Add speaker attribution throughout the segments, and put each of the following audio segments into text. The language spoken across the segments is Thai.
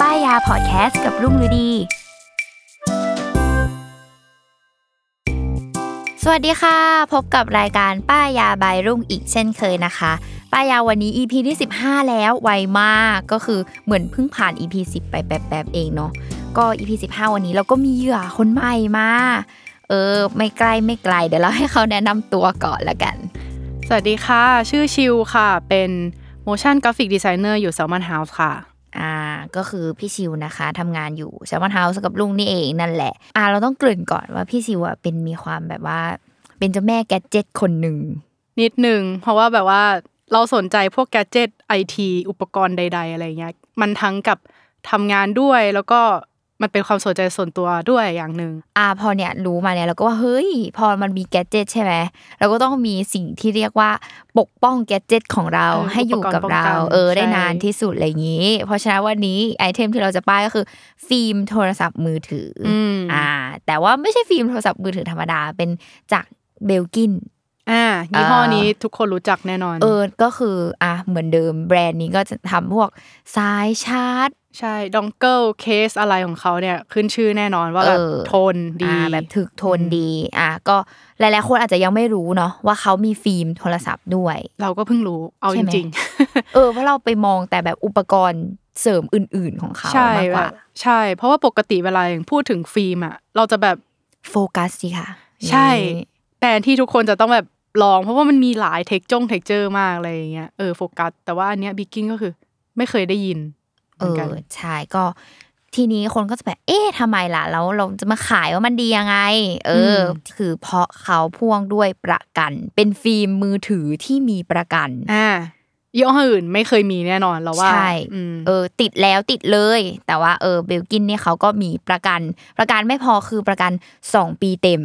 Speaker 1: ป้ายยาพอดแคสต์กับรุ่งฤดี สวัสดีค่ะ พบกับรายการป้ายยาบายรุ่งอีกเช่นเคยนะคะ ป้ายยาวันนี้ EP ที่ 15 แล้วไวมากก็คือเหมือนเพิ่งผ่าน EP 10 ไปแป๊บๆเองเนาะก็ EP 15 วันนี้เราก็มีเหยื่อคนใหม่มา เออ ไม่ใกล้ไม่ไกลเดี๋ยวเราให้เขาแนะนำตัวก่อนละกัน
Speaker 2: สวัสดีค่ะ ชื่อชิวค่ะ เป็น motion graphic designer อยู่ Salmon House ค่ะ
Speaker 1: อ่าก็คือพี่ชิวนะคะทำงานอยู่แซมมอนเฮาส์กับลุงนี่เองนั่นแหละ อ่าเราต้องเกริ่นก่อนว่าพี่ชิวอะเป็นมีความแบบว่า เป็นเจ้าแม่แกดเจิตคนหนึ่ง
Speaker 2: นิดหนึ่ง เพราะว่าแบบว่าเราสนใจพวกแกจ g e t ไอทีอุปกรณ์ใด ๆ อะไรเงี้ย มันทั้งกับทำงานด้วยแล้วก็มันเป็นความสนใจส่วนตัวด้วยอย่างหนึ่ง
Speaker 1: อ่าพอเนี่ยรู้มาเนี่ยเราก็ว่าเฮ้ย พอมันมีแกดเจิตใช่ไหมเราก็ต้องมีสิ่งที่เรียกว่าปกป้องแกดเจิตของเรา
Speaker 2: เออ
Speaker 1: ให้อยู่กับ
Speaker 2: อุปกรณ์
Speaker 1: เรา
Speaker 2: ป้องกัน
Speaker 1: เออได้
Speaker 2: ใช่
Speaker 1: นานที่สุดอะไรอย่างนี้ เพราะฉะนั้นวันนี้ไอเทมที่เราจะป้ายก็คือฟิล์มโทรศัพท์มือถืออ
Speaker 2: อืม
Speaker 1: อ่า แต่ว่าไม่ใช่ฟิล์มโทรศัพท์มือถือธรรมดาเป็นจากเบลกิน
Speaker 2: อ่ายี่ห้อนี้ทุกคนรู้จักแน่นอน
Speaker 1: เออ ก็คืออ่ะเหมือนเดิมแบรนด์นี้ก็จะทำพวกสายชาร์จ
Speaker 2: ใช่ดองเกิลเคสอะไรของเขาเนี่ยขึ้นชื่อแน่นอนว่าแบบ
Speaker 1: เออ
Speaker 2: ทนดี
Speaker 1: อ่าแบบถึกโทนดี อ่ะก็หลายๆคนอาจจะยังไม่รู้เนาะว่าเขามีฟิล์มโทรศัพท์ด้วย
Speaker 2: เราก็เพิ่งรู้เอา
Speaker 1: ใช่
Speaker 2: จ
Speaker 1: ไหม
Speaker 2: ริง
Speaker 1: เออเพราะเราไปมองแต่แบบอุปกรณ์เสริมอื่นๆของเขา
Speaker 2: ๆ ใช่
Speaker 1: มากก
Speaker 2: แบ
Speaker 1: ว่า
Speaker 2: บใช่ เพราะว่าปกติเวลาอย่างพูดถึงฟิล์มอะเราจะแบบ
Speaker 1: โฟกัสสิค่ะ
Speaker 2: ใช่
Speaker 1: นี่
Speaker 2: แบรนด์ที่ทุกคนจะต้องแบบลอง เพราะว่ามันมีหลายเทคจงเทคเจอร์มากอะไรอย่างเงี้ยเออโฟกัส แต่ว่าอันเนี้ยบิกกิ้งก็คือไม่เคยได้ยินเห
Speaker 1: เอ
Speaker 2: มือน
Speaker 1: อ
Speaker 2: กัน
Speaker 1: ใช่ก็ทีนี้คนก็จะแบบเอ๊ะทำไมล่ะแล้วเราจะมาขายว่ามันดียังไง เอออคือเพราะเขาพ่วงด้วยประกัน เป็นฟิล์มมือถือที่มีประกัน
Speaker 2: อ่ายี่ห้ออื่นไม่เคยมีแน่นอนเราว่า
Speaker 1: ใช่
Speaker 2: อืม
Speaker 1: เออติดแล้วติดเลย แต่ว่าเออเบลกินเนี่ยเขาก็มีประกัน ประกันไม่พอคือประกัน 2 ปีเต็ม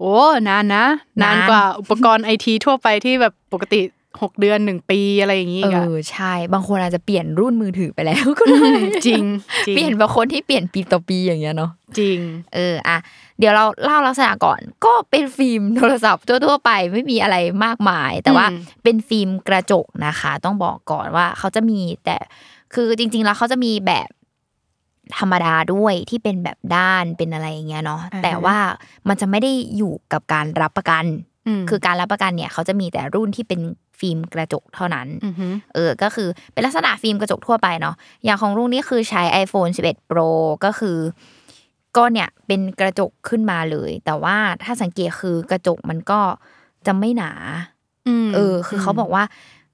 Speaker 2: โอ้นานนะ นาน
Speaker 1: นาน
Speaker 2: กว่าอุปกรณ์ไอทีทั่วไปที่แบบปกติหกเดือนหนึ่งปีอะไรอย่างงี้
Speaker 1: เอ
Speaker 2: อีกอะ
Speaker 1: อใช่ บางคนอาจจะเปลี่ยนรุ่นมือถือไปแล้วก็ได้
Speaker 2: จริงจริง
Speaker 1: เปลี่ยนบางคนที่เปลี่ยนปีต่อปีอย่างเงี้ยเนาะ
Speaker 2: จริง
Speaker 1: เอออ่ะเดี๋ยวเราเล่าลักษณะก่อน ก็เป็นฟิล์มโทรศัพท์ทั่วๆไปไม่มีอะไรมากมาย แต่ว่า
Speaker 2: อืม
Speaker 1: เป็นฟิล์มกระจกนะคะ ต้องบอกก่อนว่าเขาจะมีแต่คือจริง ๆ แล้วเขาจะมีแบบธรรมดาด้วยที่เป็นแบบด้านเป็นอะไรอย่างเงี้ยเนาะแต่ว่ามันจะไม่ได้อยู่กับการรับประกัน
Speaker 2: ม
Speaker 1: คือการรับประกันเนี่ยเขาจะมีแต่รุ่นที่เป็นฟิล์มกระจกเท่านั้น
Speaker 2: อือหือ
Speaker 1: เออ ก็คือเป็นลักษณะฟิล์มกระจกทั่วไปเนาะ อย่างของรุ่นนี้คือใช้ iPhone 11 Pro ก็คือ ก็เนี่ยเป็นกระจกขึ้นมาเลย แต่ว่าถ้าสังเกตคือกระจกมันก็จะไม่หนา
Speaker 2: ม
Speaker 1: เออ คือเขาบอกว่า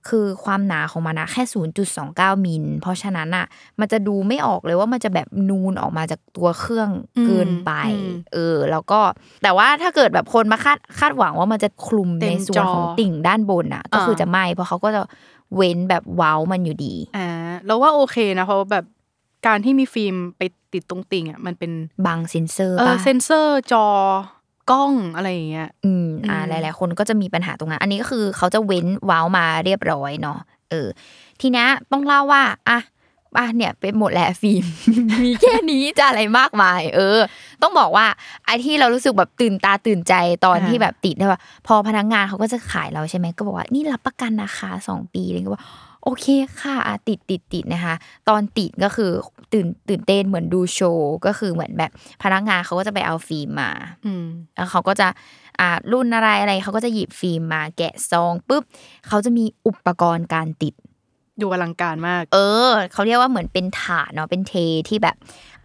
Speaker 1: คือความหนาของมันนะแค่ 0.29 มิล เพราะฉะนั้นอ่ะ มันจะดูไม่ออกเลยว่ามันจะแบบนูนออกมาจากตัวเครื่องเกินไป
Speaker 2: อืม
Speaker 1: เออ แล้วก็ แต่ว่าถ้าเกิดแบบคนมาคาดคาดหวังว่ามันจะคลุม
Speaker 2: เต็
Speaker 1: ใน
Speaker 2: ม
Speaker 1: ส่วนของ
Speaker 2: จอ
Speaker 1: ติ่งด้านบนอ่ะ ก็คืออา จะไม่ เพราะเขาก็จะเว้นแบบเว้ามันอยู่ดี
Speaker 2: อ่าเราว่าโอเคนะเพราะว่าแบบการที่มีฟิล์มไปติดตรงติ่งอ่ะมันเป็น
Speaker 1: บางเซนเซอร์
Speaker 2: เออ
Speaker 1: ป่ะ
Speaker 2: เซนเซอร์จอกล้องอะไรอย่างเงี้ย
Speaker 1: อืมอ่า
Speaker 2: อืม
Speaker 1: หลาย ๆ คนก็จะมีปัญหาตรงนั้น อันนี้ก็คือเขาจะเว้นเว้าวมาเรียบร้อยเนาะเออ ทีเนี้ยต้องเล่าว่าอ่ะอ่ะเนี่ยเป็นหมดแหละฟิล์ม มีแค่นี้จะอะไรมากมาย เออ ต้องบอกว่าไอ้ที่เรารู้สึกแบบตื่นตาตื่นใจตอนที่แบบติดเนี่ยว่าพอพนักงานเขาก็จะขายเราใช่ไหมก็บอกว่านี่รับประกันนะคะสองปีเลยก็ว่า โอเคค่ะอ่ะติดติดติดนะคะ ตอนติดก็คือตื่นตื่นเต้นเหมือนดูโชว์ก็คือเหมือนแบบพนักงานเขาก็จะไปเอาฟิล์มมา
Speaker 2: อืม
Speaker 1: แล้วเขาก็จะอ่ารุ่นอะไรอะไรเขาก็จะหยิบฟิล์มมาแกะซองปุ๊บเขาจะมีอุปกรณ์การติด
Speaker 2: ดูอลังการมาก
Speaker 1: เออเขาเรียกว่าเหมือนเป็นถาดเนาะเป็นเทที่แบบ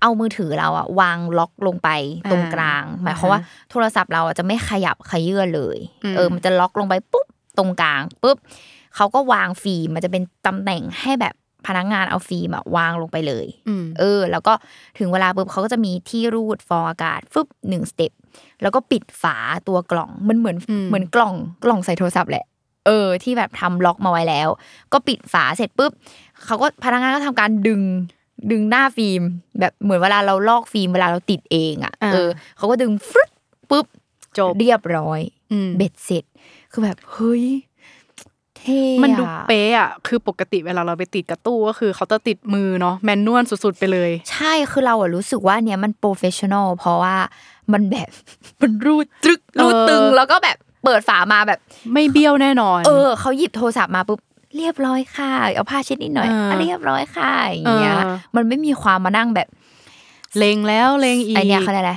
Speaker 1: เอามือถือเราอะวางล็อกลงไปตรง
Speaker 2: อ่าก
Speaker 1: ลาง หมายความว่าโทรศัพท์เราอะจะไม่ขยับขยื่นเลย
Speaker 2: อืม
Speaker 1: เออ มันจะล็อกลงไปปุ๊บตรงกลางปุ๊บเขาก็วางฟิล์มมันจะเป็นตำแหน่งให้แบบพนักงานเอาฟิล์มอะวางลงไปเลย
Speaker 2: อืม
Speaker 1: เออ แล้วก็ถึงเวลาปุ๊บเขาก็จะมีที่รูดฟองอากาศฟึบหนึ่งสเต็ปแล้วก็ปิดฝาตัวกล่องมันเหมือน
Speaker 2: อืม
Speaker 1: เหมือนกล่องกล่องใส่โทรศัพท์แหละ เออ ที่แบบทำล็อกมาไว้แล้ว ก็ปิดฝาเสร็จปุ๊บเขาก็พนักงานก็ทำการดึงดึงหน้าฟิล์ม แบบเหมือนเวลาเราลอกฟิล์มเวลาเราติดเองอ่ะ
Speaker 2: อ่า
Speaker 1: เออเขาก็ดึงฟรึ๊บปุ๊บ
Speaker 2: จบ
Speaker 1: เรียบร้อย
Speaker 2: อืม
Speaker 1: เบ็ดเสร็จ คือแบบเฮ้ยเท่อะ
Speaker 2: มันดูเป๊ะอ่ะคือปกติเวลาเราไปติดกับตู้ก็คือเขาจะติดมือเนาะแมนนวลสุดๆไปเลย
Speaker 1: ใช่คือเราอะรู้สึกว่าเนี่ยมันโปรเฟชชั่นอลเพราะว่ามันแบบ มันรูดตรึกรูดตึง
Speaker 2: เออ
Speaker 1: แล้วก็แบบเปิดฝามาแบบ
Speaker 2: ไม่เบี้ยวแน่นอน
Speaker 1: เออเขาหยิบโทรศัพท์มาปุ๊บเรียบร้อยค่ะ เอาผ้าเช็ดนิดหน่อย
Speaker 2: เออ
Speaker 1: อ่ะเรียบร้อยค่ะอย่างเงี้ย
Speaker 2: เออ
Speaker 1: มันไม่มีความมานั่งแบบ
Speaker 2: เลงแล้วเลงอีก
Speaker 1: ไอเนี้ยเขาเรียกอะไร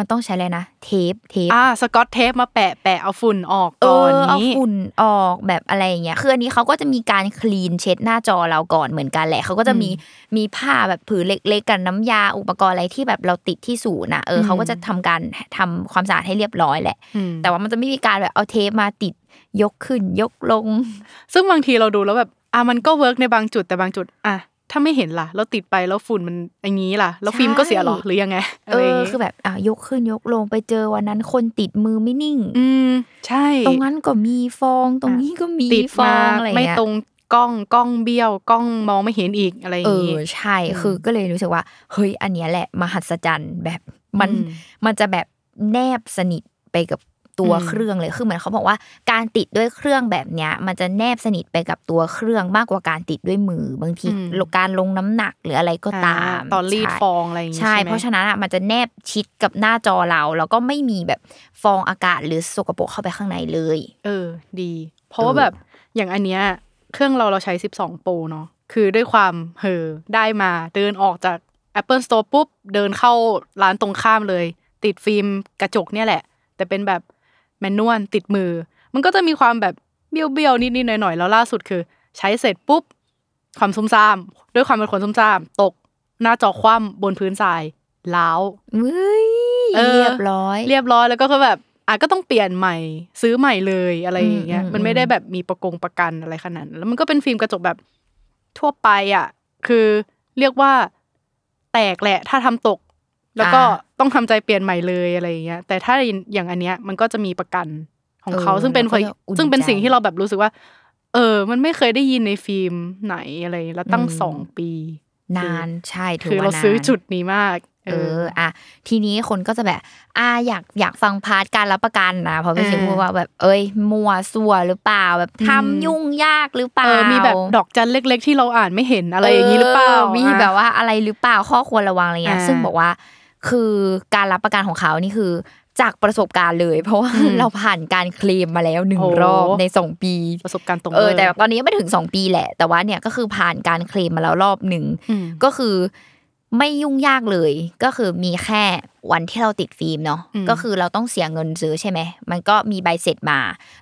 Speaker 1: มันต้องใช้อะไรนะ เทป เทป
Speaker 2: อ่าสกอตเทปมาแปะแปะเอาฝุ่นออก
Speaker 1: เอ
Speaker 2: ก่อน
Speaker 1: อเอา
Speaker 2: นี้
Speaker 1: ฝุ่นออกแบบอะไรอย่างเงี้ย คืออันนี้เขาก็จะมีการคลีนเช็ดหน้าจอเราก่อนเหมือนกันแหละ เขาก็จะมีมีผ้าแบบผืนเล็กๆ กันน้ำยาอุปกรณ์อะไรที่แบบเราติดที่ศูนย์นะเออเขาก็จะทำการทำความสะอาดให้เรียบร้อยแหละ
Speaker 2: อืม
Speaker 1: แต่ว่ามันจะไม่มีการแบบเอาเทปมาติดยกขึ้นยกลง
Speaker 2: ซึ่งบางทีเราดูแล้วแบบอ่ะมันก็เวิร์กในบางจุดแต่บางจุด อ่ะ ถ้าไม่เห็นล่ะ เราติดไปแล้วฝุ่นมันอย่างนี้ล่ะ แล้วฟิล์มก็เสียเหรอ
Speaker 1: ใช่
Speaker 2: หรือยังไง
Speaker 1: เอ
Speaker 2: ไรย่า
Speaker 1: อง
Speaker 2: งี้
Speaker 1: คือแบบอ่ะยกขึ้นยกลงไปเจอวันนั้นคนติดมือไม่นิ่ง
Speaker 2: อืม ใช่
Speaker 1: ตรงนั้นก็มีฟองตรงนี้ก็มี
Speaker 2: ติด
Speaker 1: ฟอ
Speaker 2: มาง
Speaker 1: อะไรอย่าง
Speaker 2: ไม่
Speaker 1: เงี้ย
Speaker 2: ตรงกล้องกล้องเบี้ยวกล้องมองไม่เห็นอีกอะไรอ
Speaker 1: เอย่าง อ
Speaker 2: งี้
Speaker 1: ใช่คือก็เลยรู้สึกว่า เฮ้ยอันเนี้ยแหละมหัศจรรย์แบบมัน
Speaker 2: อืม
Speaker 1: มันจะแบบแนบสนิทไปกับตัว
Speaker 2: อืม
Speaker 1: เครื่องเลยคือเหมือนเขาบอกว่าการติดด้วยเครื่องแบบเนี้ย มันจะแนบสนิทไปกับตัวเครื่องมากกว่าการติดด้วยมือบางทีการลงน้ำหนักหรืออะไรก็ตาม
Speaker 2: อ่ตอนรีด
Speaker 1: ใช่
Speaker 2: ฟองอะไรอย่างงี้
Speaker 1: ใช่
Speaker 2: ใช่ไหม
Speaker 1: เพราะฉะนั้นอ่ะมันจะแนบชิดกับหน้าจอเราแล้วก็ไม่มีแบบฟองอากาศหรือสกปรกเข้าไปข้างในเลย
Speaker 2: เออดี เพราะว่าแบบอย่างอันเนี้ยเครื่องเราเราใช้ 12 โปรเนาะคือด้วยความเหอได้มาเดินออกจาก Apple Store ปุ๊บ เดินเข้าร้านตรงข้ามเลย ติดฟิล์มกระจกเนี่ยแหละ แต่เป็นแบบแมนนวลติดมือ มันก็จะมีความแบบเบี้ยวเบี้ยวๆนิดนิดๆหน่อยหน่อยๆ แล้วล่าสุดคือ ใช้เสร็จปุ๊บ ความซุ่มซ่าม ด้วยความเป็นคนซุ่มซ่าม ตกหน้าจอคว่ำบนพื้นทรายล้าว
Speaker 1: เว้ย
Speaker 2: เออ
Speaker 1: เรียบร้อย
Speaker 2: เรียบร้อยแล้วก็คือแบบอ่ะก็ต้องเปลี่ยนใหม่ซื้อใหม่เลยอะไรอย่างเงี้ย
Speaker 1: อืมอืม
Speaker 2: มันไม่ได้แบบมีประกงประกันอะไรขนาดนั้นแล้วมันก็เป็นฟิล์มกระจกแบบทั่วไปอ่ะคือเรียกว่าแตกแหละถ้าทำตก แล้วก็ต้องทำใจเปลี่ยนใหม่เลยอะไรอย่างเงี้ยแต่ถ้าอย่างอันเนี้ยมันก็จะมีประกันของเขา
Speaker 1: เออ
Speaker 2: ซึ่งเป็น
Speaker 1: เราก็จะอุ่น
Speaker 2: ซึ่งเป็นสิ่ง
Speaker 1: ใจ
Speaker 2: ที่เราแบบรู้สึกว่า เออ มันไม่เคยได้ยินในฟิล์มไหนอะไรแล้วตั้งสองปี
Speaker 1: นานใช่ถือ
Speaker 2: คือ
Speaker 1: ว่า
Speaker 2: เราซื้อน
Speaker 1: น
Speaker 2: จุดนี้มาก
Speaker 1: เอออ่ะทีนี้คนก็จะแบบ อ่าอยากอยากฟังพาร์ทการรับประกันนะเพราะพี่ชิ
Speaker 2: อ่า
Speaker 1: พูดว่าแบบเอ้ยมัวสัวหรือเปล่าแบบทำยุ่งยากหรือเป
Speaker 2: เอ
Speaker 1: ล่า
Speaker 2: อมีแบบดอกจันเล็ก ๆ ที่เราอ่านไม่เห็นอะไรอย่างนี้หรือเปล่า
Speaker 1: มี
Speaker 2: มี
Speaker 1: แบบว่าอะไรหรือเปล่าข้อควรระวังอะไรเงี้ย
Speaker 2: อ่า
Speaker 1: ซึ่งบอกว่า คือการรับประกันของเขานี่คือจากประสบการณ์เลย เพราะว่า
Speaker 2: อืม
Speaker 1: เราผ่านการเคลมมาแล้วหนึ่ง
Speaker 2: โอ้
Speaker 1: รอบในสองปี
Speaker 2: ประสบการณ์ตรง
Speaker 1: เออ
Speaker 2: ลย
Speaker 1: แต่ตอนนี้ยังไม่ถึงสองปีแหละ แต่ว่าเนี่ยก็คือผ่านการเคลมมาแล้วรอบหนึ่ง
Speaker 2: อืม
Speaker 1: ก็คือไม่ยุ่งยากเลย ก็คือมีแค่วันที่เราติดฟิล์มเนาะ
Speaker 2: อืม
Speaker 1: ก็คือเราต้องเสียเงินซื้อใช่ไหม มันก็มีใบเสร็จมา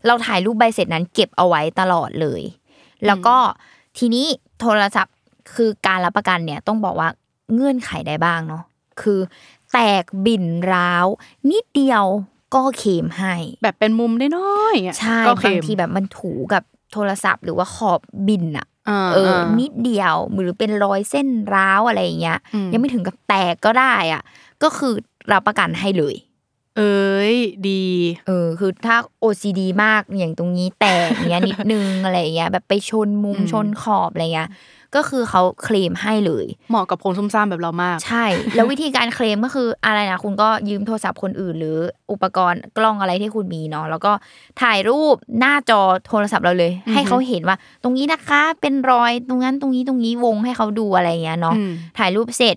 Speaker 1: เราถ่ายรูปใบเสร็จนั้นเก็บเอาไว้ตลอดเลย แล้วก็ทีนี้โทรศัพท์คือการรับประกันเนี่ยต้องบอกว่าเงื่อนไขได้บ้างเนาะคือแตกบิ่นร้าว นิดเดียวก็เคลมให้
Speaker 2: แบบเป็นมุมน้อยๆอ่ะ
Speaker 1: ใช่
Speaker 2: ก็
Speaker 1: บาง
Speaker 2: เม
Speaker 1: ทีแบบมันถูกับโทรศัพท์หรือว่าขอบบินอะ
Speaker 2: า
Speaker 1: เอออา นิดเดียวหรือเป็นรอยเส้นร้าวอะไรอย่างเงี้ย
Speaker 2: อืม
Speaker 1: ยังไม่ถึงกับแตกก็ได้อ่ะ ก็คือรับประกันให้เลย
Speaker 2: เอ้ยดี
Speaker 1: เออ คือถ้า OCD มากอย่างตรงนี้แตกอย่างเงี้ยนิดนึง อะไรอย่างเงี้ยแบบไปชนมุม
Speaker 2: อืม
Speaker 1: ชนขอบอะไรเงี้ยก็คือเขาเคลมให้เลย
Speaker 2: เหมาะกับคนซุ่มซ่ามแบบเรามาก
Speaker 1: ใช่ แล้ววิธีการเคลมก็คืออะไรนะคุณก็ยืมโทรศัพท์คนอื่น หรืออุปกรณ์กล้องอะไรที่คุณมีเนาะแล้วก็ถ่ายรูปหน้าจอโทรศัพท์เราเลย ให้เขาเห็นว่า ตรงนี้นะคะ เป็นรอยตรงนั้นตรงนี้ตรงนี้วงให้เขาดูอะไรอย่างเงี้ยเนาะ
Speaker 2: อืม
Speaker 1: ถ่ายรูปเสร็จ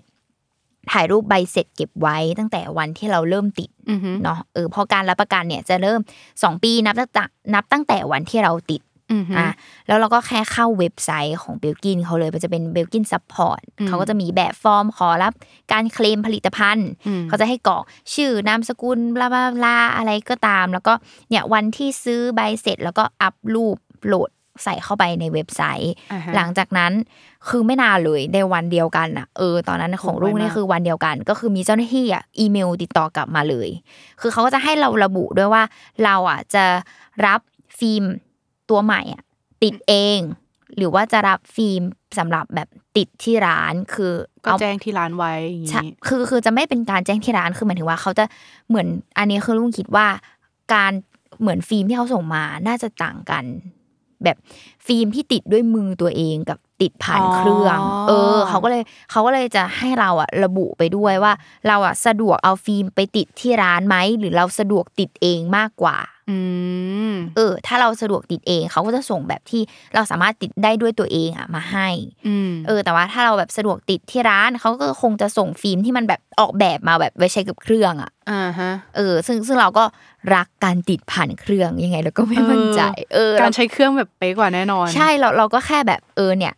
Speaker 1: ถ่ายรูปใบเสร็จเก็บไว้ตั้งแต่วันที่เราเริ่มติด
Speaker 2: อือฮึ
Speaker 1: เนาะเออเพอการรับประกันเนี่ยจะเริ่ม 2 ปีนับตั้งแต่นับตั้งแต่วันที่เราติด
Speaker 2: อืม
Speaker 1: อ่ะแล้วเราก็แค่เข้าเว็บไซต์ของเบลกินเขาเลยมันจะเป็นเบลกินซัพพอร์ต
Speaker 2: อืม
Speaker 1: เขาก็จะมีแบบฟอร์มขอรับการเคลมผลิตภัณฑ์
Speaker 2: อืม
Speaker 1: เขาจะให้กรอกชื่อนามสกุลบลาบลาบลาอะไรก็ตาม แล้วก็เนี่ยวันที่ซื้อใบเสร็จ แล้วก็อัพรูปโหลดใส่เข้าไปในเว็บไซต์
Speaker 2: อ่าฮะ
Speaker 1: หลังจากนั้นคือไม่นานเลยในวันเดียวกันอ่ะเออตอนนั้นของ
Speaker 2: โอ้ย
Speaker 1: ลูกนี่
Speaker 2: มาก
Speaker 1: คือวันเดียวกัน ก็คือมีเจ้าหน้าที่อ่ะอีเมลติดต่อกลับมาเลย คือเขาก็จะให้เราระบุด้วยว่า เราอ่ะจะรับฟิล์มตัวใหม่อ่ะติดเอง หรือว่าจะรับฟิล์มสำหรับแบบติดที่ร้านคือ
Speaker 2: ก็
Speaker 1: เอา
Speaker 2: แจ้งที่ร้านไว้อย่าง
Speaker 1: ใช่
Speaker 2: นี้
Speaker 1: คือคือจะไม่เป็นการแจ้งที่ร้าน คือหมายถึงว่าเขาจะเหมือนอันนี้คือลุงคิดว่า การเหมือนฟิล์มที่เขาส่งมาน่าจะต่างกัน แบบฟิล์มที่ติดด้วยมือตัวเองกับติดผ่าน
Speaker 2: อ๋อ
Speaker 1: เครื่อง เออเขาก็เลยเขาก็เลยจะให้เราอะระบุไปด้วยว่า เราอะสะดวกเอาฟิล์มไปติดที่ร้านไหมหรือเราสะดวกติดเองมากกว่า
Speaker 2: อืม
Speaker 1: เออ ถ้าเราสะดวกติดเองเขาก็จะส่งแบบที่เราสามารถติดได้ด้วยตัวเองอะมาให้
Speaker 2: อืม
Speaker 1: เออแต่ว่าถ้าเราแบบสะดวกติดที่ร้านเขาก็คงจะส่งฟิล์มที่มันแบบออกแบบมาแบบไว้ใช้กับเครื่องอ่ะ
Speaker 2: อ่าฮะ
Speaker 1: เออซึ่งซึ่งเราก็รักการติดผ่านเครื่องยังไงเราก็ไม่มั่นใจ เออ
Speaker 2: การ
Speaker 1: เรา
Speaker 2: ใช้เครื่องแบบเป๊ะกว่าแน่นอน
Speaker 1: ใช่เราเราก็แค่แบบเออเนี่ย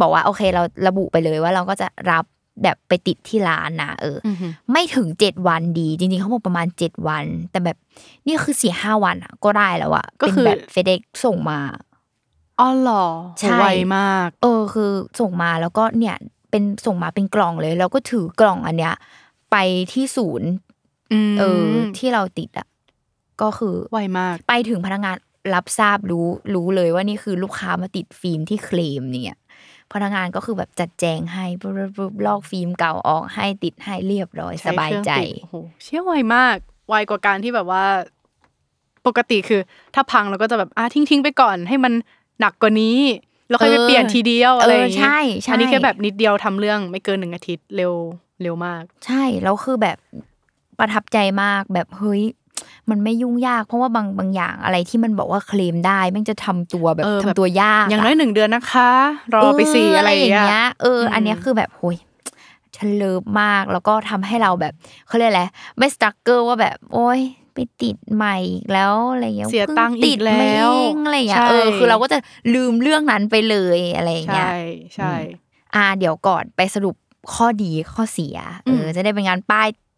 Speaker 1: บอกว่าโอเคเราระบุไปเลยว่าเราก็จะรับแบบไปติดที่ร้านนะเอออ
Speaker 2: อฮึ
Speaker 1: ไม่ถึงเจ็ดวันดีจริงๆเขาบอกประมาณเจ็ดวัน แต่แบบนี่คือสี่ห้าวันอะก็ได้แล้วอะเป็นแบบเฟเด็กส่งมา
Speaker 2: อ๋อเหรอ
Speaker 1: ใช่
Speaker 2: ไวมาก
Speaker 1: เออคือส่งมาแล้วก็เนี่ยเป็นส่งมาเป็นกล่องเลย แล้วก็ถือกล่องอันเนี้ย ไปที่ศูนย์
Speaker 2: อืม
Speaker 1: เอออที่เราติดอ่ะก็คือ
Speaker 2: ไวมาก
Speaker 1: ไปถึงพนักงานรับทราบรู้รู้เลยว่านี่คือลูกค้ามาติดฟิล์มที่เคลมเนี่ยพนักงานก็คือแบบจัดแจงให้ปุ๊บปุ๊บปุ๊บลอกฟิล์มเก่าออกให้ติดให้เรียบร้อยส
Speaker 2: ช้
Speaker 1: บาย
Speaker 2: เครื่อง
Speaker 1: ใจ
Speaker 2: ติดโอ้โหเชี่ยไวมาก ไวกว่าการที่แบบว่า ปกติคือ ถ้าพังเราก็จะแบบอ่ะทิ้งทิ้งๆไปก่อน ให้มันหนักกว่านี้ แล้วค่อยไป
Speaker 1: เออ
Speaker 2: เปลี่ยนทีเดียวอะไรอย่าง
Speaker 1: เอ
Speaker 2: งี้
Speaker 1: อใช่ใช่
Speaker 2: อันนี้แค่แบบนิดเดียวทำเรื่องไม่เกินหนึ่งอาทิตย์เร็วเร็วมาก
Speaker 1: ใช่แล้วคือแบบประทับใจมากแบบเฮ้ยมันไม่ยุ่งยาก เพราะว่าบางบางอย่างอะไรที่มันบอกว่าเคลมได้แม่งจะทำตัวแบบ
Speaker 2: เออ
Speaker 1: ทำ
Speaker 2: แบบ
Speaker 1: ตัวยาก
Speaker 2: อย่าง
Speaker 1: อะ
Speaker 2: น้อยหนึ่งเดือนนะคะ รอไปสี่อะไรอย่างเงี้ย
Speaker 1: เออ อันเนี้ยคือแบบโหยฉันเลิฟมาก แล้วก็ทำให้เราแบบเขาเรียกอะไร ไม่สตรัคเกอร์ว่าแบบ โอ๊ย ไปติดใหม่อีกแล้วอะไรเงี้ย
Speaker 2: เสีย
Speaker 1: พิ่
Speaker 2: ตังค์อีก
Speaker 1: ติดมา
Speaker 2: แล้ว
Speaker 1: เองอะไรเงี้ย
Speaker 2: ใช่
Speaker 1: เออ คือเราก็จะลืมเรื่องนั้นไปเลยอะไรอย่างเงี้ย
Speaker 2: ใช่ใช่
Speaker 1: อ่า เดี๋ยวก่อนไปสรุปข้อดีข้อเสีย เออ จะได้เป็นงานป้าย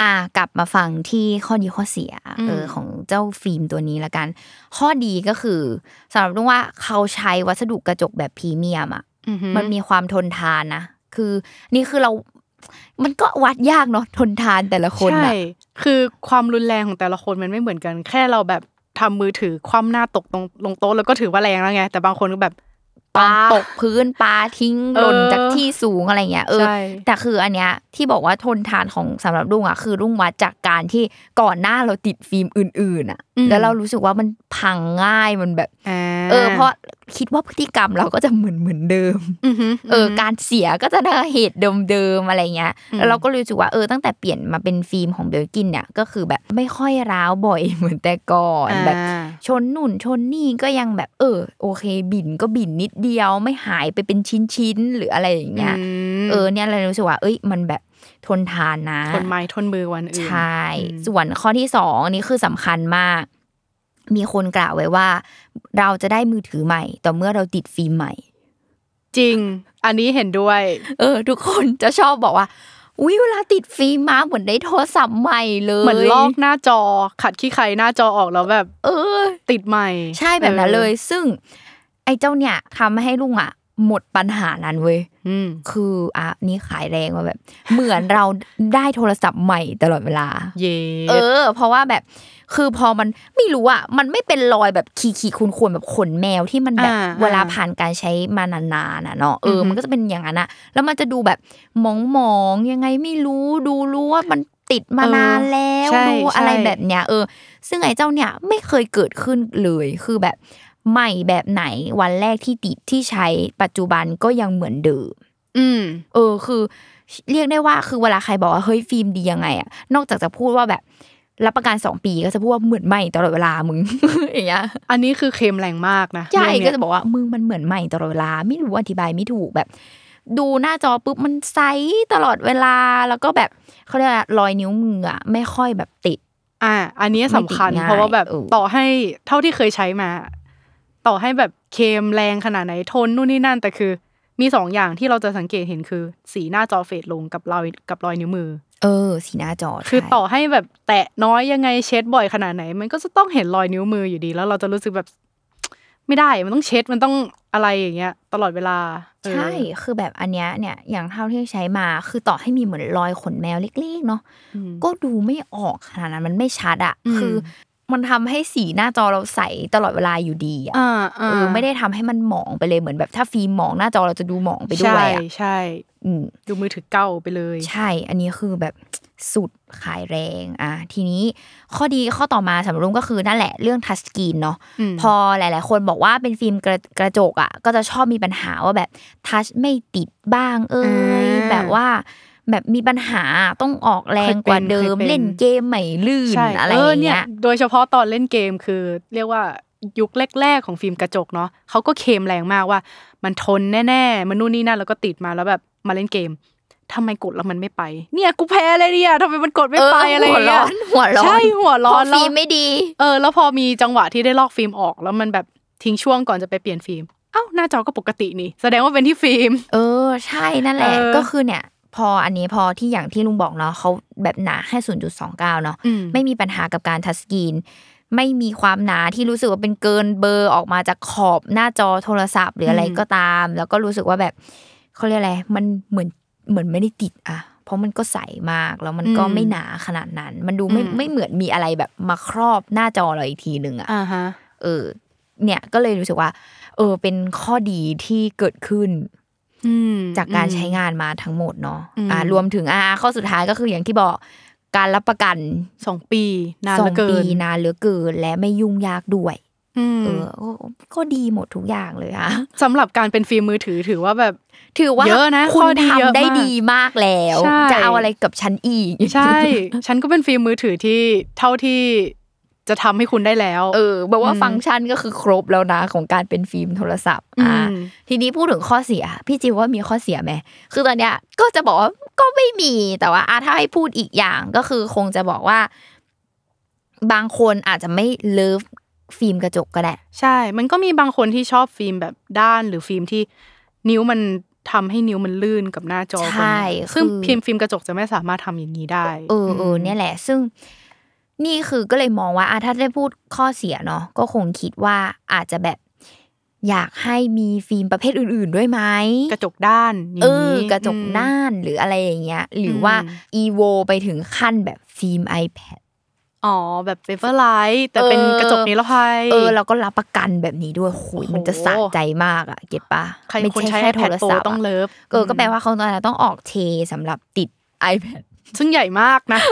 Speaker 1: อ่ากลับมาฟังที่ข้อดีข้อเสีย
Speaker 2: อืม
Speaker 1: เออของเจ้าฟิล์มตัวนี้ละกัน ข้อดีก็คือสำหรับลุงว่าเขาใช้วัสดุกระจกแบบพรีเมียมอ่ะ
Speaker 2: อือฮึ
Speaker 1: มันมีความทนทานนะ คือนี่คือเรา มันก็วัดยากเนาะทนทานแต่ละคนอ่ะ
Speaker 2: ใช่ คือความรุนแรงของแต่ละคนมันไม่เหมือนกัน แค่เราแบบทำมือถือคว่ำหน้าตกตรงลงโต๊ะแล้วก็ถือว่าแรงแล้วไง แต่บางคนก็แบบ
Speaker 1: ปาตกพื้นปลาทิ้งห
Speaker 2: เออ
Speaker 1: ล่นจากที่สูงอะไรเงี้ยเออ
Speaker 2: ใช่
Speaker 1: แต่คืออันเนี้ยที่บอกว่าทนทานของสำหรับรุ่งอ่ะคือรุ่งวัดจากการที่ก่อนหน้าเราติดฟิล์มอื่นๆอ่ะ แล้วเรารู้สึกว่ามันพังง่ายมันแบบ
Speaker 2: อ่า
Speaker 1: เออเพราะคิดว่าพฤติกรรมเราก็จะเหมือนเหมือนเดิม
Speaker 2: อือฮึ
Speaker 1: เออ การเสียก็จะได้เหตุเดิมๆอะไรเงี้ยแล้วเราก็รู้สึกว่าเออตั้งแต่เปลี่ยนมาเป็นฟิล์มของเบลกินเนี่ยก็คือแบบไม่ค่อยร้าวบ่อย เหมือนแต่ก่อน
Speaker 2: อ่า
Speaker 1: แบบชนนุ่นชนนี่ก็ยังแบบ เออ โอเค บินก็บินนิดเดียวไม่หายไปเป็นชิ้นๆหรืออะไรอย่างเงี้ย
Speaker 2: อืม
Speaker 1: เออเนี่ยเรารู้สึกว่าเอ้ย มันแบบทนทานนะ
Speaker 2: ทนไม้ทนมือวันอื่น
Speaker 1: ใช่ ส่วนข้อที่สองอันนี้คือสำคัญมาก มีคนกล่าวไว้ว่า เราจะได้มือถือใหม่ ต่อเมื่อเราติดฟิล์มใหม่
Speaker 2: จริง อันนี้เห็นด้วย
Speaker 1: เออ ทุกคนจะชอบบอกว่า อุ้ยเวลาติดฟิล์มมาเหมือนได้โทรศัพท์ใหม่เลย
Speaker 2: เหมือนลอกหน้าจอ ขัดขี้ใครหน้าจอออกแล้วแบบ
Speaker 1: เออ
Speaker 2: ติดใหม่
Speaker 1: ใช่แบบนั้น
Speaker 2: ออ
Speaker 1: เลย ซึ่ง ไอ้เจ้าเนี่ยทำให้ลุงอ่ะ หมดปัญหานั้นเว้ย
Speaker 2: อืม
Speaker 1: คืออ่ะนี่ขายแรงมาแบบ เหมือนเราได้โทรศัพท์ใหม่ตลอดเวลา
Speaker 2: เย่
Speaker 1: เออ เพราะว่าแบบ คือพอมันไม่รู้อ่ะ มันไม่เป็นรอยแบบขีขีคูณคูณแบบขนแมวที่มันแบบ
Speaker 2: อ่า
Speaker 1: เวลาผ่านการใช้มานานๆน่ะเนาะ เออ
Speaker 2: อหือ
Speaker 1: มันก็จะเป็นอย่างนั้นอะแล้วมันจะดูแบบมองมองๆยังไงไม่รู้ ดูรู้ว่ามันติดมานานแล้ว
Speaker 2: เออใช่
Speaker 1: ดูอะไร
Speaker 2: ใช่
Speaker 1: แบบเนี้ย เออ ซึ่งไอ้เจ้าเนี่ยไม่เคยเกิดขึ้นเลย คือแบบใหม่แบบไหนวันแรกที่ติดที่ใช้ปัจจุบันก็ยังเหมือนเดิม
Speaker 2: อืม
Speaker 1: เออคือเรียกได้ว่าคือเวลาใครบอกว่าเฮ้ยฟิล์มดียังไงอะนอกจากจะพูดว่าแบบรับประกันสองปีก็จะพูดว่าเหมือนใหม่ตลอดเวลามึง อย่างเงี้ย
Speaker 2: อันนี้คือเคลมแรงมากนะ
Speaker 1: ใช่ก็
Speaker 2: เรื่องเนี้ย
Speaker 1: จะบอกว่ามึงมันเหมือนใหม่ตลอดเวลา ไม่รู้อธิบายไม่ถูกแบบ ดูหน้าจอปุ๊บมันใสตลอดเวลาแล้วก็แบบเขาเรียกอะไรรอยนิ้วมืออะไม่ค่อยแบบติด
Speaker 2: อ่า อันนี้สำคัญ
Speaker 1: ไม่ติดง่าย
Speaker 2: เพราะว่าแบบ
Speaker 1: เออ
Speaker 2: ต่อให้เท่าที่เคยใช้มา ต่อให้แบบเคลมแรงขนาดไหนทนนู่นนี่นั่น แต่คือ มีสองอย่างที่เราจะสังเกตเห็นคือ สีหน้าจอเฟดลงกับรอยกับรอยนิ้วมือ
Speaker 1: เออ สีหน้าจอ
Speaker 2: คือ
Speaker 1: ใช่
Speaker 2: ต่อให้แบบแตะน้อยยังไงเช็ดบ่อยขนาดไหน มันก็จะต้องเห็นรอยนิ้วมืออยู่ดี แล้วเราจะรู้สึกแบบ ไม่ได้มันต้องเช็ดมันต้องอะไรอย่างเงี้ย ตลอดเวลาเออ
Speaker 1: ใช่คือแบบอันเนี้ยเนี่ยอย่างเท่าที่ใช้มาคือต่อให้มีเหมือนรอยขนแมวเล็กๆเนาะ
Speaker 2: อืม
Speaker 1: ก็ดูไม่ออกขนาดนั้นมันไม่ชัดอะ
Speaker 2: อืม
Speaker 1: คือ มันทำให้สีหน้าจอเราใสตลอดเวลาอยู่ดีอะ
Speaker 2: อ่า
Speaker 1: เออไม่ได้ทำให้มันหมองไปเลยเหมือนแบบถ้าฟิล์มหมองหน้าจอเราจะดูหมองไปด้วยอะ
Speaker 2: ใช่ใช่
Speaker 1: อืม
Speaker 2: ดูมือถือเก่าไปเลย
Speaker 1: ใช่ อันนี้คือแบบสุดขายแรงอ่ะทีนี้ข้อดีข้อต่อมาสำหรับรุ่งก็คือนั่นแหละเรื่องทัชสกรีนเนาะ
Speaker 2: อืม
Speaker 1: พอหลาย ๆ คนบอกว่าเป็นฟิล์มกระกระจกอ่ะก็จะชอบมีปัญหาว่าแบบทัชไม่ติดบ้าง เอ้ย
Speaker 2: อ่า
Speaker 1: แบบว่า แบบมีปัญหาต้องออกแรงกว่าเดิม
Speaker 2: เคยเป็นเคยเป็น
Speaker 1: เล่นเกมไม่ลื่น
Speaker 2: ใช่
Speaker 1: อะไร
Speaker 2: เอ
Speaker 1: อ
Speaker 2: อย่าง เนี่
Speaker 1: เงี้
Speaker 2: ย
Speaker 1: ย
Speaker 2: โดยเฉพาะตอนเล่นเกมคือ เรียกว่ายุคแรกๆของฟิล์มกระจกเนาะเขาก็เคลมแรงมากว่า มันทนแน่ๆ มันนู่นนี่นั่นแล้วก็ติดมาแล้วแบบมาเล่นเกมทำไมกดแล้วมันไม่ไป เนี่ยกูแพ้เลยเนี่ยทำไมมันกดไม่ไปอะไรอย่างเงี้ย
Speaker 1: หัวร้อน หัวร้อน
Speaker 2: ใช่หัวร้อน
Speaker 1: พ
Speaker 2: แล้
Speaker 1: ฟิ
Speaker 2: ว
Speaker 1: ล์มไม่ดี
Speaker 2: เออแล้วพอมีจังหวะที่ได้ลอกฟิล์มออกแล้วมันแบบทิ้งช่วงก่อนจะไปเปลี่ยนฟิล์มเอ้าหน้าจอก็ปกตินี่ แสดงว่าเป็นที่ฟิล์ม
Speaker 1: เออ ใช่นั่นแหละ
Speaker 2: เออ
Speaker 1: ก็คือเนี่ย พออันนี้พอที่อย่างที่ลุงบอกเนาะเขาแบบหนาแค่ 0.29 เนาะ
Speaker 2: อืม
Speaker 1: ไม่มีปัญหากับการทัชสกรีน ไม่มีความหนาที่รู้สึกว่าเป็นเกินเบอร์ออกมาจากขอบหน้าจอโทรศัพท์หรืออะไร
Speaker 2: อืม
Speaker 1: ก็ตาม แล้วก็รู้สึกว่าแบบเขาเรียกอะไร มันเหมือนเหมือนไม่ได้ติดอะเพราะมันก็ใสมากแล้วมันก็ไม่หนาขนาดนั้น มันดูไม่ไม่เหมือนมีอะไรแบบมาครอบหน้าจอเราอีกทีหนึ่งอะ
Speaker 2: อ่าฮะ
Speaker 1: เออเนี่ยก็เลยรู้สึกว่า เออ เป็นข้อดีที่เกิดขึ้น
Speaker 2: อืม
Speaker 1: จากการใช้งานมาทั้งหมดเนาะ
Speaker 2: อืม
Speaker 1: อ่ารวมถึงอ่าข้อสุดท้ายก็คืออย่างที่บอก การรับประกัน
Speaker 2: สองปีนาน
Speaker 1: ส
Speaker 2: เห
Speaker 1: อ
Speaker 2: ลื
Speaker 1: ง
Speaker 2: อเกิ
Speaker 1: ปี
Speaker 2: น
Speaker 1: นานเหลือเกินและไม่ยุ่งยากด้วย
Speaker 2: อืม
Speaker 1: เออโอ้ก็ดีหมดทุกอย่างเลยอะ
Speaker 2: สำหรับการเป็นฟิล์มมือถือถือว่าแบบ
Speaker 1: ถือว่า
Speaker 2: เยอะนะ
Speaker 1: คุ
Speaker 2: ข้อ
Speaker 1: ณ
Speaker 2: ดีเยอะ
Speaker 1: ทำได้
Speaker 2: มาก
Speaker 1: ดีมากแล้ว
Speaker 2: ใช่
Speaker 1: จะเอาอะไรกับฉันอีก
Speaker 2: ใช่ ฉันก็เป็นฟิล์มมือถือที่เท่าที่จะทำให้คุณได้แล้ว
Speaker 1: เออแบบว่า
Speaker 2: อืม
Speaker 1: ฟังก์ชันก็คือครบแล้วนะของการเป็นฟิล์มโทรศัพท์อ่า
Speaker 2: อืม
Speaker 1: ทีนี้พูดถึงข้อเสีย พี่จิวว่ามีข้อเสียไหมคือตอนเนี้ยก็จะบอกว่าก็ไม่มีแต่ว่าอ่ะถ้าให้พูดอีกอย่างก็คือคงจะบอกว่า บางคนอาจจะไม่เลิฟฟิล์มกระจกก็ได้
Speaker 2: ใช่ มันก็มีบางคนที่ชอบฟิล์มแบบด้านหรือฟิล์มที่นิ้วมันทำให้นิ้วมันลื่นกับหน้าจอ
Speaker 1: ใช่
Speaker 2: คนซึ่ง
Speaker 1: คือ
Speaker 2: ฟิล์มฟิล์มกระจกจะไม่สามารถทำอย่างนี้ได้
Speaker 1: เออเออเนี่ยแหละ ซึ่งนี่คือก็เลยมองว่าอ่ะถ้าได้พูดข้อเสียเนาะก็คงคิดว่าอาจจะแบบ อยากให้มีฟิล์มประเภทอื่น ๆ ด้วยไหม
Speaker 2: กระจกด้านย่าง
Speaker 1: เออ
Speaker 2: นี้
Speaker 1: กระจก
Speaker 2: อืม
Speaker 1: น่านหรืออะไรอย่างเงี้ย หรืออ
Speaker 2: ม
Speaker 1: ว่า EVO ไปถึงขั้นแบบฟิล์ม iPad
Speaker 2: อ๋อแบบเปเปอร์ไลท์แต่เป็น
Speaker 1: เออ
Speaker 2: กระจกนิรภัย
Speaker 1: เออเราก็รับประกันแบบนี้ด้วยโหย
Speaker 2: โอ้โห
Speaker 1: มันจะสะใจมากอะเก็ตปะ
Speaker 2: ใคร
Speaker 1: ไม่
Speaker 2: คน
Speaker 1: ใช่
Speaker 2: ใช้
Speaker 1: แค่โท
Speaker 2: iPad
Speaker 1: ร
Speaker 2: Pro
Speaker 1: ศัพท์
Speaker 2: ต้
Speaker 1: อะ
Speaker 2: องเลิฟ
Speaker 1: เออก็แปลว่าเขาตอนนั้นต้องออกเทสำหรับติด iPad
Speaker 2: ซึ่งใหญ่มากนะ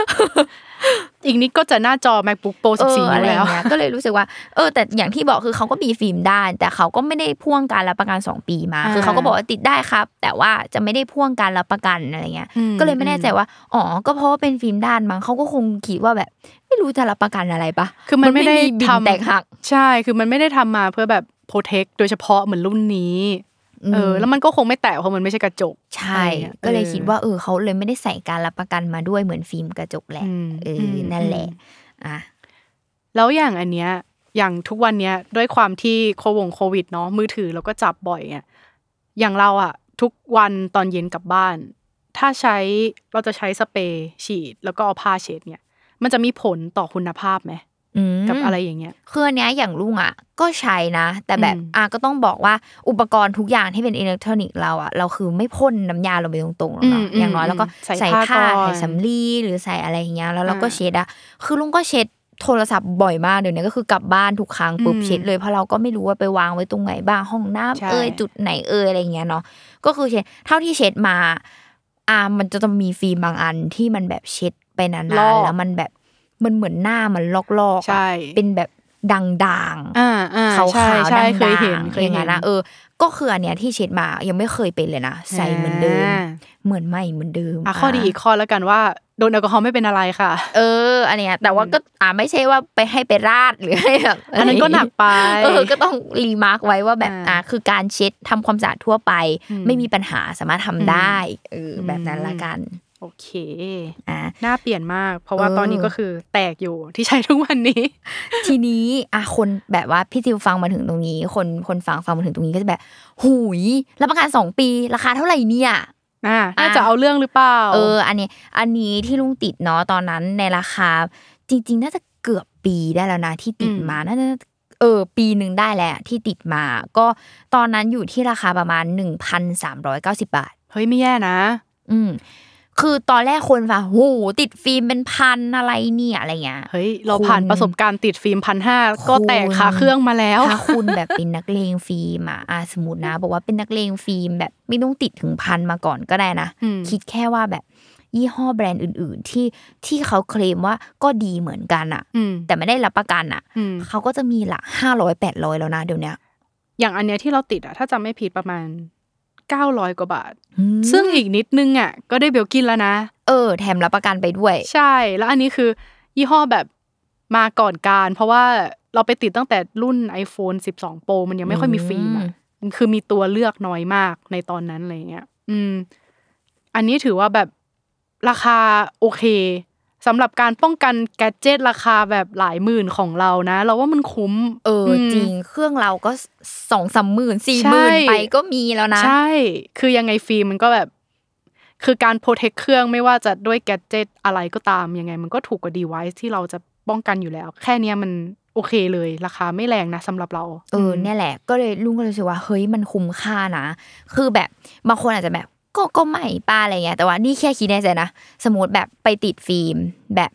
Speaker 2: อีกนิดก็จะหน้าจอ MacBook Pro
Speaker 1: เออ
Speaker 2: 14
Speaker 1: อะไร
Speaker 2: นิ้ว
Speaker 1: อ
Speaker 2: แล้ว
Speaker 1: ย่างเงี้ย ก็เลยรู้สึกว่า เออ แต่อย่างที่บอกคือเขาก็มีฟิล์มด้าน แต่เขาก็ไม่ได้พ่วงการรับประกัน 2 ปีมา
Speaker 2: อ่า
Speaker 1: คือเขาก็บอกว่าติดได้ครับ แต่ว่าจะไม่ได้พ่วงการรับประกันอะไรเงี้ย
Speaker 2: อืม
Speaker 1: ก็เลยไม่แน่ใจว่าอ๋อก็เพราะว่าเป็นฟิล์มด้านมั้งเขาก็คงคิดว่าแบบ ไม่รู้จะรับประกันอะไรปะ
Speaker 2: คือมันไม่ได้
Speaker 1: บิน
Speaker 2: ทำ
Speaker 1: แตกหัก
Speaker 2: ใช่ คือมันไม่ได้ทำมาเพื่อแบบโปรเทคโดยเฉพาะเหมือนรุ่นนี้
Speaker 1: อืม
Speaker 2: เออ แล้วมันก็คงไม่แตกเพราะมันไม่ใช่กระจก
Speaker 1: ใช่
Speaker 2: อะไรอางงี้
Speaker 1: ก็เลยคิดว่า
Speaker 2: ออ
Speaker 1: เออเขาเลยไม่ได้ใส่การรับประกันมาด้วยเหมือนฟิล์มกระจกแหละ
Speaker 2: อืม
Speaker 1: เอออ
Speaker 2: ม
Speaker 1: นั่นแหละอ่ะ
Speaker 2: แล้วอย่างอันเนี้ยอย่างทุกวันเนี้ยด้วยความที่โควงโควิดเนาะมือถือเราก็จับบ่อยอ่ะอย่างเราอ่ะ ทุกวันตอนเย็นกลับบ้าน ถ้าใช้เราจะใช้สเปรย์ฉีด แล้วก็เอาผ้าเช็ดเนี่ย มันจะมีผลต่อคุณภาพไหม
Speaker 1: อืม
Speaker 2: กับอะไรอย่างเงี้ย
Speaker 1: คืออันเนี้ยอย่างลุงอ่ะก็ใช้นะ แต่แบบ
Speaker 2: อืม
Speaker 1: อ่ะก็ต้องบอกว่าอุปกรณ์ทุกอย่างที่เป็นอิเล็กทรอนิกส์เราอ่ะเราคือไม่พ่นน้ำยาลงไปตรงๆหรอกเนาะอย่างน้อยเราก็ใส่ผ้า
Speaker 2: ก่อน
Speaker 1: ใส่สำลีหรือใส่อะไรอย่างเงี้ยแล้วเราก็
Speaker 2: อ่า
Speaker 1: เช็ดอ่ะคือลุงก็เช็ดโทรศัพท์บ่อยมากเดี๋ยวนี้ก็คือกลับบ้านทุกครั้งปุ๊บ
Speaker 2: อืม
Speaker 1: เช็ดเลยเพราะเราก็ไม่รู้ว่าไปวางไว้ตรงไหนบ้างห้องน้ำ
Speaker 2: ใช่
Speaker 1: เอ่ยจุดไหนเอ่ยอะไรอย่างเงี้ยเนาะก็คือเช็ดเท่าที่เช็ดมาอ่ะมันจะต้องมีฟิล์มบางอันที่มันแบบเช็ดไปนานๆแล้วมันแบบมันเหมือนหน้ามันลอกๆ
Speaker 2: ใช่
Speaker 1: อะ เป็นแบบด่าง
Speaker 2: อ่าอ่า
Speaker 1: ๆขาว
Speaker 2: ใช่
Speaker 1: ขาว
Speaker 2: ใช่
Speaker 1: ด่าง
Speaker 2: เคยเห็น
Speaker 1: ๆ
Speaker 2: เคย
Speaker 1: อย่าง
Speaker 2: เห็
Speaker 1: นั้นนะเออ ก็คืออันเนี้ยที่เช็ดมายังไม่เคยเป็นเลยนะ ใส่เหมือนเดิม
Speaker 2: า
Speaker 1: เหมือนไม่เหมือนเดิม
Speaker 2: อ่ะข้อดีอีกข้อแล้วกันว่าโดนแอลกอฮอล์ไม่เป็นอะไรค่ะ
Speaker 1: เออ อันเนี้ยแต่ว่าก็อ่าไม่ใช่ว่าไปให้ไปราด หรือให้แบบ
Speaker 2: อันนั้นก็หนักไป
Speaker 1: เออก็ต้องรีมาร์กไว้ว่าแบบ
Speaker 2: อ่า
Speaker 1: อ่าคือการเช็ดทำความสะอาดทั่วไป
Speaker 2: อืม
Speaker 1: ไม่มีปัญหาสามารถทำได้เอออ
Speaker 2: ม
Speaker 1: แบบนั้นละกัน
Speaker 2: โอเค
Speaker 1: อ่า
Speaker 2: น่าเปลี่ยนมาก เพราะว่า
Speaker 1: เออ
Speaker 2: ตอนนี้ก็คือแตกอยู่ที่ใช้ทุกวันนี้
Speaker 1: ทีนี้อ่ะคนแบบว่าพี่ติวฟังมาถึงตรงนี้ คนคนฟังฟังมาถึงตรงนี้ก็จะแบบ หูยรับประกันสองปีราคาเท่าไหร่เนี่ย
Speaker 2: อ่าน่า
Speaker 1: อ่ะ
Speaker 2: จะเอาเรื่องหรือเปล่า
Speaker 1: เออ อันนี้ อันนี้ที่ลุงติดเนาะตอนนั้นในราคา จริง ๆ น่าจะเกือบปีได้แล้วนะที่ติด
Speaker 2: อืม
Speaker 1: มา น่าจะเออ ปีหนึ่งได้แหละที่ติดมา ก็ตอนนั้นอยู่ที่ราคาประมาณ 1,390 บาท
Speaker 2: เฮ้ยไม่แย่นะ
Speaker 1: อืม คือตอนแรกคนว่าโหติดฟิล์มเป็นพันอะไรเนี่ยอะไรเงี้ย
Speaker 2: เฮ้ย เรา
Speaker 1: คุณ
Speaker 2: ผ่านประสบการณ์ติดฟิล์มพันห้าก็แตกขาเครื่องมาแล้ว
Speaker 1: ถ้าคุณแบบเป็นนักเลงฟิล์มอ่ะอ่ะสมมตินะ บอกว่าเป็นนักเลงฟิล์มแบบไม่ต้องติดถึงพันมาก่อนก็ได้นะ
Speaker 2: อืม
Speaker 1: คิดแค่ว่าแบบยี่ห้อแบรนด์อื่น ๆ ที่ที่เขาเคลมว่าก็ดีเหมือนกันอ่ะ
Speaker 2: อืม
Speaker 1: แต่ไม่ได้รับประกันอ่ะ
Speaker 2: อืม
Speaker 1: เขาก็จะมีหลักห้าร้อยแปดร้อยแล้วนะเดี๋ยวเนี้ย
Speaker 2: อย่างอันเนี้ยที่เราติดอะถ้าจำไม่ผิดประมาณ 900 กว่าบาท
Speaker 1: อืม
Speaker 2: ซึ่งอีกนิดนึงอะก็ได้เบลกินแล้วนะ
Speaker 1: เออ แถมรับประกันไปด้วย
Speaker 2: ใช่ แล้วอันนี้คือยี่ห้อแบบมาก่อนการ เพราะว่าเราไปติดตั้งแต่รุ่น iPhone 12 Pro มันยังไม่ค่อยมีฟิล์ม
Speaker 1: อื
Speaker 2: อะ
Speaker 1: ม
Speaker 2: มันคือมีตัวเลือกน้อยมากในตอนนั้นอะไรเงี้ย อืม อันนี้ถือว่าแบบราคาโอเคสำหรับการป้องกันแกดเจิตราคาแบบหลายหมื่นของเรานะ เราว่ามันคุ้ม
Speaker 1: เอออ
Speaker 2: ม
Speaker 1: จริงเครื่องเราก็สองสามหมื่นสี่
Speaker 2: ใช่
Speaker 1: หมื่นไปก็มีแล้วนะ
Speaker 2: ใช่ คือยังไงฟิล์มมันก็แบบ คือการโปรเทคเครื่องไม่ว่าจะด้วยแกดเจิตอะไรก็ตามยังไง มันก็ถูกกว่าดีไวซ์ที่เราจะป้องกันอยู่แล้ว แค่เนี้ยมันโอเคเลยราคาไม่แรงนะสำหรับเรา
Speaker 1: เออ
Speaker 2: ม
Speaker 1: เนี่ยแหละก็เลยลุงก็เลยรู้สึกว่าเฮ้ยมันคุ้มค่านะ คือแบบบางคนอาจจะแบบก็ก็ไม่ป้าอะไรเงี้ยแต่ว่านี่แค่คิดในใจนะสมมติแบบไปติดฟิล์มแบบ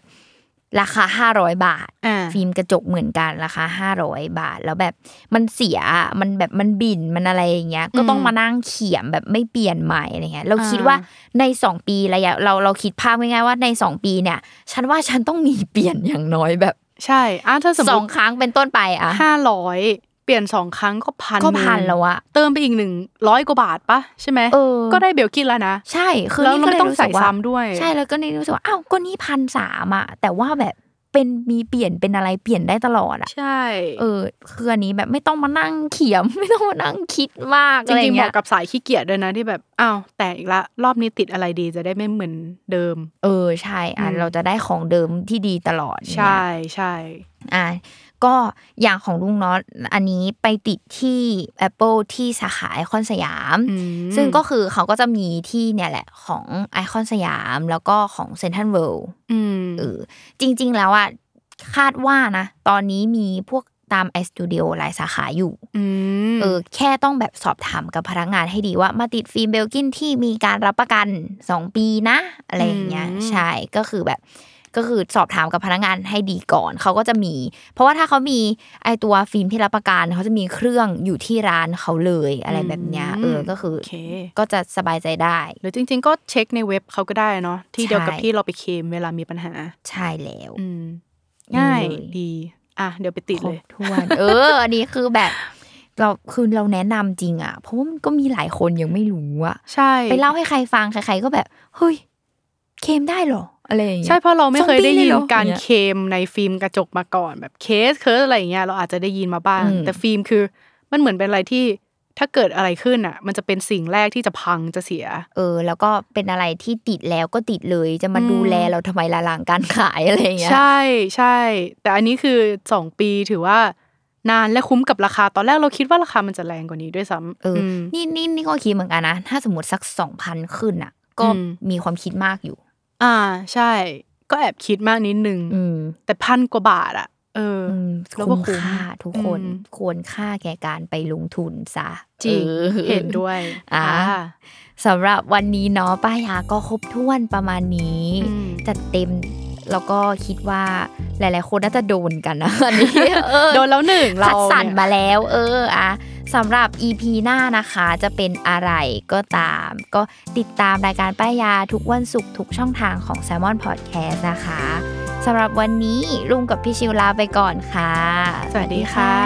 Speaker 1: ราคาห้าร้อยบาท
Speaker 2: อ่า
Speaker 1: ฟิล์มกระจกเหมือนกันราคาห้าร้อยบาท แล้วแบบมันเสียมันแบบมันบินมันอะไรอย่างเงี้ย ก็ต้องมานั่งเขียมแบบไม่เปลี่ยนใหม่อะไรเงี้ยเราคิดว่าในสองปีระยะเราเราคิดภาพง่ายๆว่าในสองปีเนี่ย ฉันว่าฉันต้องมีเปลี่ยนอย่างน้อยแบบ
Speaker 2: ใช่อ่ะถ้าสม
Speaker 1: ส
Speaker 2: ม
Speaker 1: อง
Speaker 2: ติ
Speaker 1: ครั้งเป็นต้นไปอะ
Speaker 2: ห้าร้อยเปลี่ยนสองครั้งก็พัน
Speaker 1: ก็พันแล้วอะ
Speaker 2: เติมไปอีกหนึ่งร้อยกว่าบาทปะใช่ไหม
Speaker 1: เออ
Speaker 2: ก็ได้เบลคิดแล้วนะ
Speaker 1: ใช่ คือ
Speaker 2: แล้ว
Speaker 1: นี่
Speaker 2: เรา
Speaker 1: ก็
Speaker 2: ไม่
Speaker 1: เลย
Speaker 2: ต้อง
Speaker 1: รู้สึก
Speaker 2: ใส่ซ้ำด้วย
Speaker 1: ใช่แล้วก็นี่รู้สึกว่าอ้าวก็นี่พันสามอะแต่ว่าแบบเป็นมีเปลี่ยนเป็นอะไรเปลี่ยนได้ตลอดอะ
Speaker 2: ใช่
Speaker 1: เออคืออันนี้แบบไม่ต้องมานั่งเขียม ไม่ต้องมานั่งคิดมาก
Speaker 2: จ
Speaker 1: อะไร
Speaker 2: ริงๆเห
Speaker 1: เงี้
Speaker 2: มาะ
Speaker 1: ย
Speaker 2: กับสายขี้เกียจด้วยนะที่แบบอ้าวแต่อีกละรอบนี้ติดอะไรดีจะได้ไม่เหมือนเดิม
Speaker 1: เออใช่อ่ะ
Speaker 2: อืม
Speaker 1: เราจะได้ของเดิมที่ดีตลอด
Speaker 2: ใช่
Speaker 1: เนี่ย
Speaker 2: ใช่
Speaker 1: อ่ะก็อย่างของลุงเนาะอันนี้ไปติดที่ Apple ที่สาขาไอคอนสยาม
Speaker 2: อืม
Speaker 1: ซึ่งก็คือเขาก็จะมีที่เนี่ยแหละของไอคอนสยามแล้วก็ของเซนทันเวิล
Speaker 2: อืม
Speaker 1: เออจริง ๆ แล้วอ่ะคาดว่านะ ตอนนี้มีพวกตามไอสตูดิโอหลายสาขาอยู่
Speaker 2: อืม
Speaker 1: เออแค่ต้องแบบสอบถามกับพนักงานให้ดีว่ามาติดฟิล์มเบลกินที่มีการรับประกัน 2 ปีนะ อะไรอย่างเงี้ยใช่ก็คือแบบก็คือสอบถามกับพนักงานให้ดีก่อน เขาก็จะมี เพราะว่าถ้าเขามีไอตัวฟิล์มที่รับประกันเขาจะมีเครื่องอยู่ที่ร้านเขาเลยอะไรแบบเนี้ยเออก็คือ
Speaker 2: โอเค
Speaker 1: ก็จะสบายใจได้
Speaker 2: หรือจริง ๆ ก็เช็คในเว็บเขาก็ได้เนาะที่
Speaker 1: ใช่
Speaker 2: เดียวกับที่เราไปเคลมเวลามีปัญหา
Speaker 1: ใช่แล้ว
Speaker 2: อืม ง่าย
Speaker 1: เลย
Speaker 2: ดี อ่ะ เดี๋ยวไปติด
Speaker 1: คร
Speaker 2: เล
Speaker 1: บ
Speaker 2: ย
Speaker 1: ถ้วน เออ อันนี้คือแบบ เราคือเราแนะนำจริงอ่ะ เพราะว่ามันก็มีหลายคนยังไม่รู้อะ
Speaker 2: ใช่
Speaker 1: ไปเล่าให้ใครฟังใครๆก็แบบ เฮ้ย เคลมได้เหรอ อะไรอย่างเงี้ย
Speaker 2: ใช่เพราะเราไม่เคยได้
Speaker 1: สองปี
Speaker 2: ยิน
Speaker 1: เลเหอ
Speaker 2: การ
Speaker 1: อย่ง
Speaker 2: เค
Speaker 1: เงี้ย
Speaker 2: ลมในฟิล์มกระจกมาก่อนแบบเคสเคสอะไรอย่างเงี้ยเราอาจจะได้ยินมาบ้าง
Speaker 1: อืม
Speaker 2: แต่ฟิล์มคือมันเหมือนเป็นอะไรที่ถ้าเกิดอะไรขึ้นอ่ะ มันจะเป็นสิ่งแรกที่จะพังจะเสีย
Speaker 1: เออ แล้วก็เป็นอะไรที่ติดแล้วก็ติดเลยจะมาดูแลเราทำไมละหลังการขายอะไรอย่างเงี้ย
Speaker 2: ใช่ใช่ แต่อันนี้คือสองปีถือว่านานและคุ้มกับราคาตอนแรกเราคิดว่าราคามันจะแรงกว่านี้ด้วยซ้ำ
Speaker 1: เอออ
Speaker 2: ม
Speaker 1: นี่นี่นี่ก็คิดเหมือนกันนะ ถ้าสมมติสักสองพันขึ้นอ่ะ ก็
Speaker 2: อืม
Speaker 1: มีความคิดมากอยู่
Speaker 2: อ่าใช่ ก็แอบคิดมากนิดนึง
Speaker 1: อืม
Speaker 2: แต่พันกว่าบาทอะ เออ
Speaker 1: อืม
Speaker 2: แล้วก็
Speaker 1: คุ้ม
Speaker 2: คุ้ม
Speaker 1: ค่าทุกคน
Speaker 2: อืม
Speaker 1: ควรค่าแก่การไปลงทุนซะ
Speaker 2: จริง
Speaker 1: ออ
Speaker 2: เห็นด้วย
Speaker 1: อ่า สำหรับวันนี้เนาะป้ายาก็ครบถ้วนประมาณนี้
Speaker 2: อืม
Speaker 1: จัดเต็มแล้วก็คิดว่าหลาย ๆ คนน่าจะโดนกัน นะอันนี้เออ
Speaker 2: โดนแล้วหนึ่งเรา
Speaker 1: คัด สรร
Speaker 2: เนี่ย
Speaker 1: มาแล้ว เอออ่ะสำหรับ EP หน้านะคะจะเป็นอะไรก็ตาม ก็ติดตามรายการป้ายาทุกวันศุกร์ทุกช่องทางของ s ซ l m o n Podcast นะคะสำหรับวันนี้ลุงกับพี่ชิวลาไปก่อนค่ะ
Speaker 2: สวัสดีค่ะ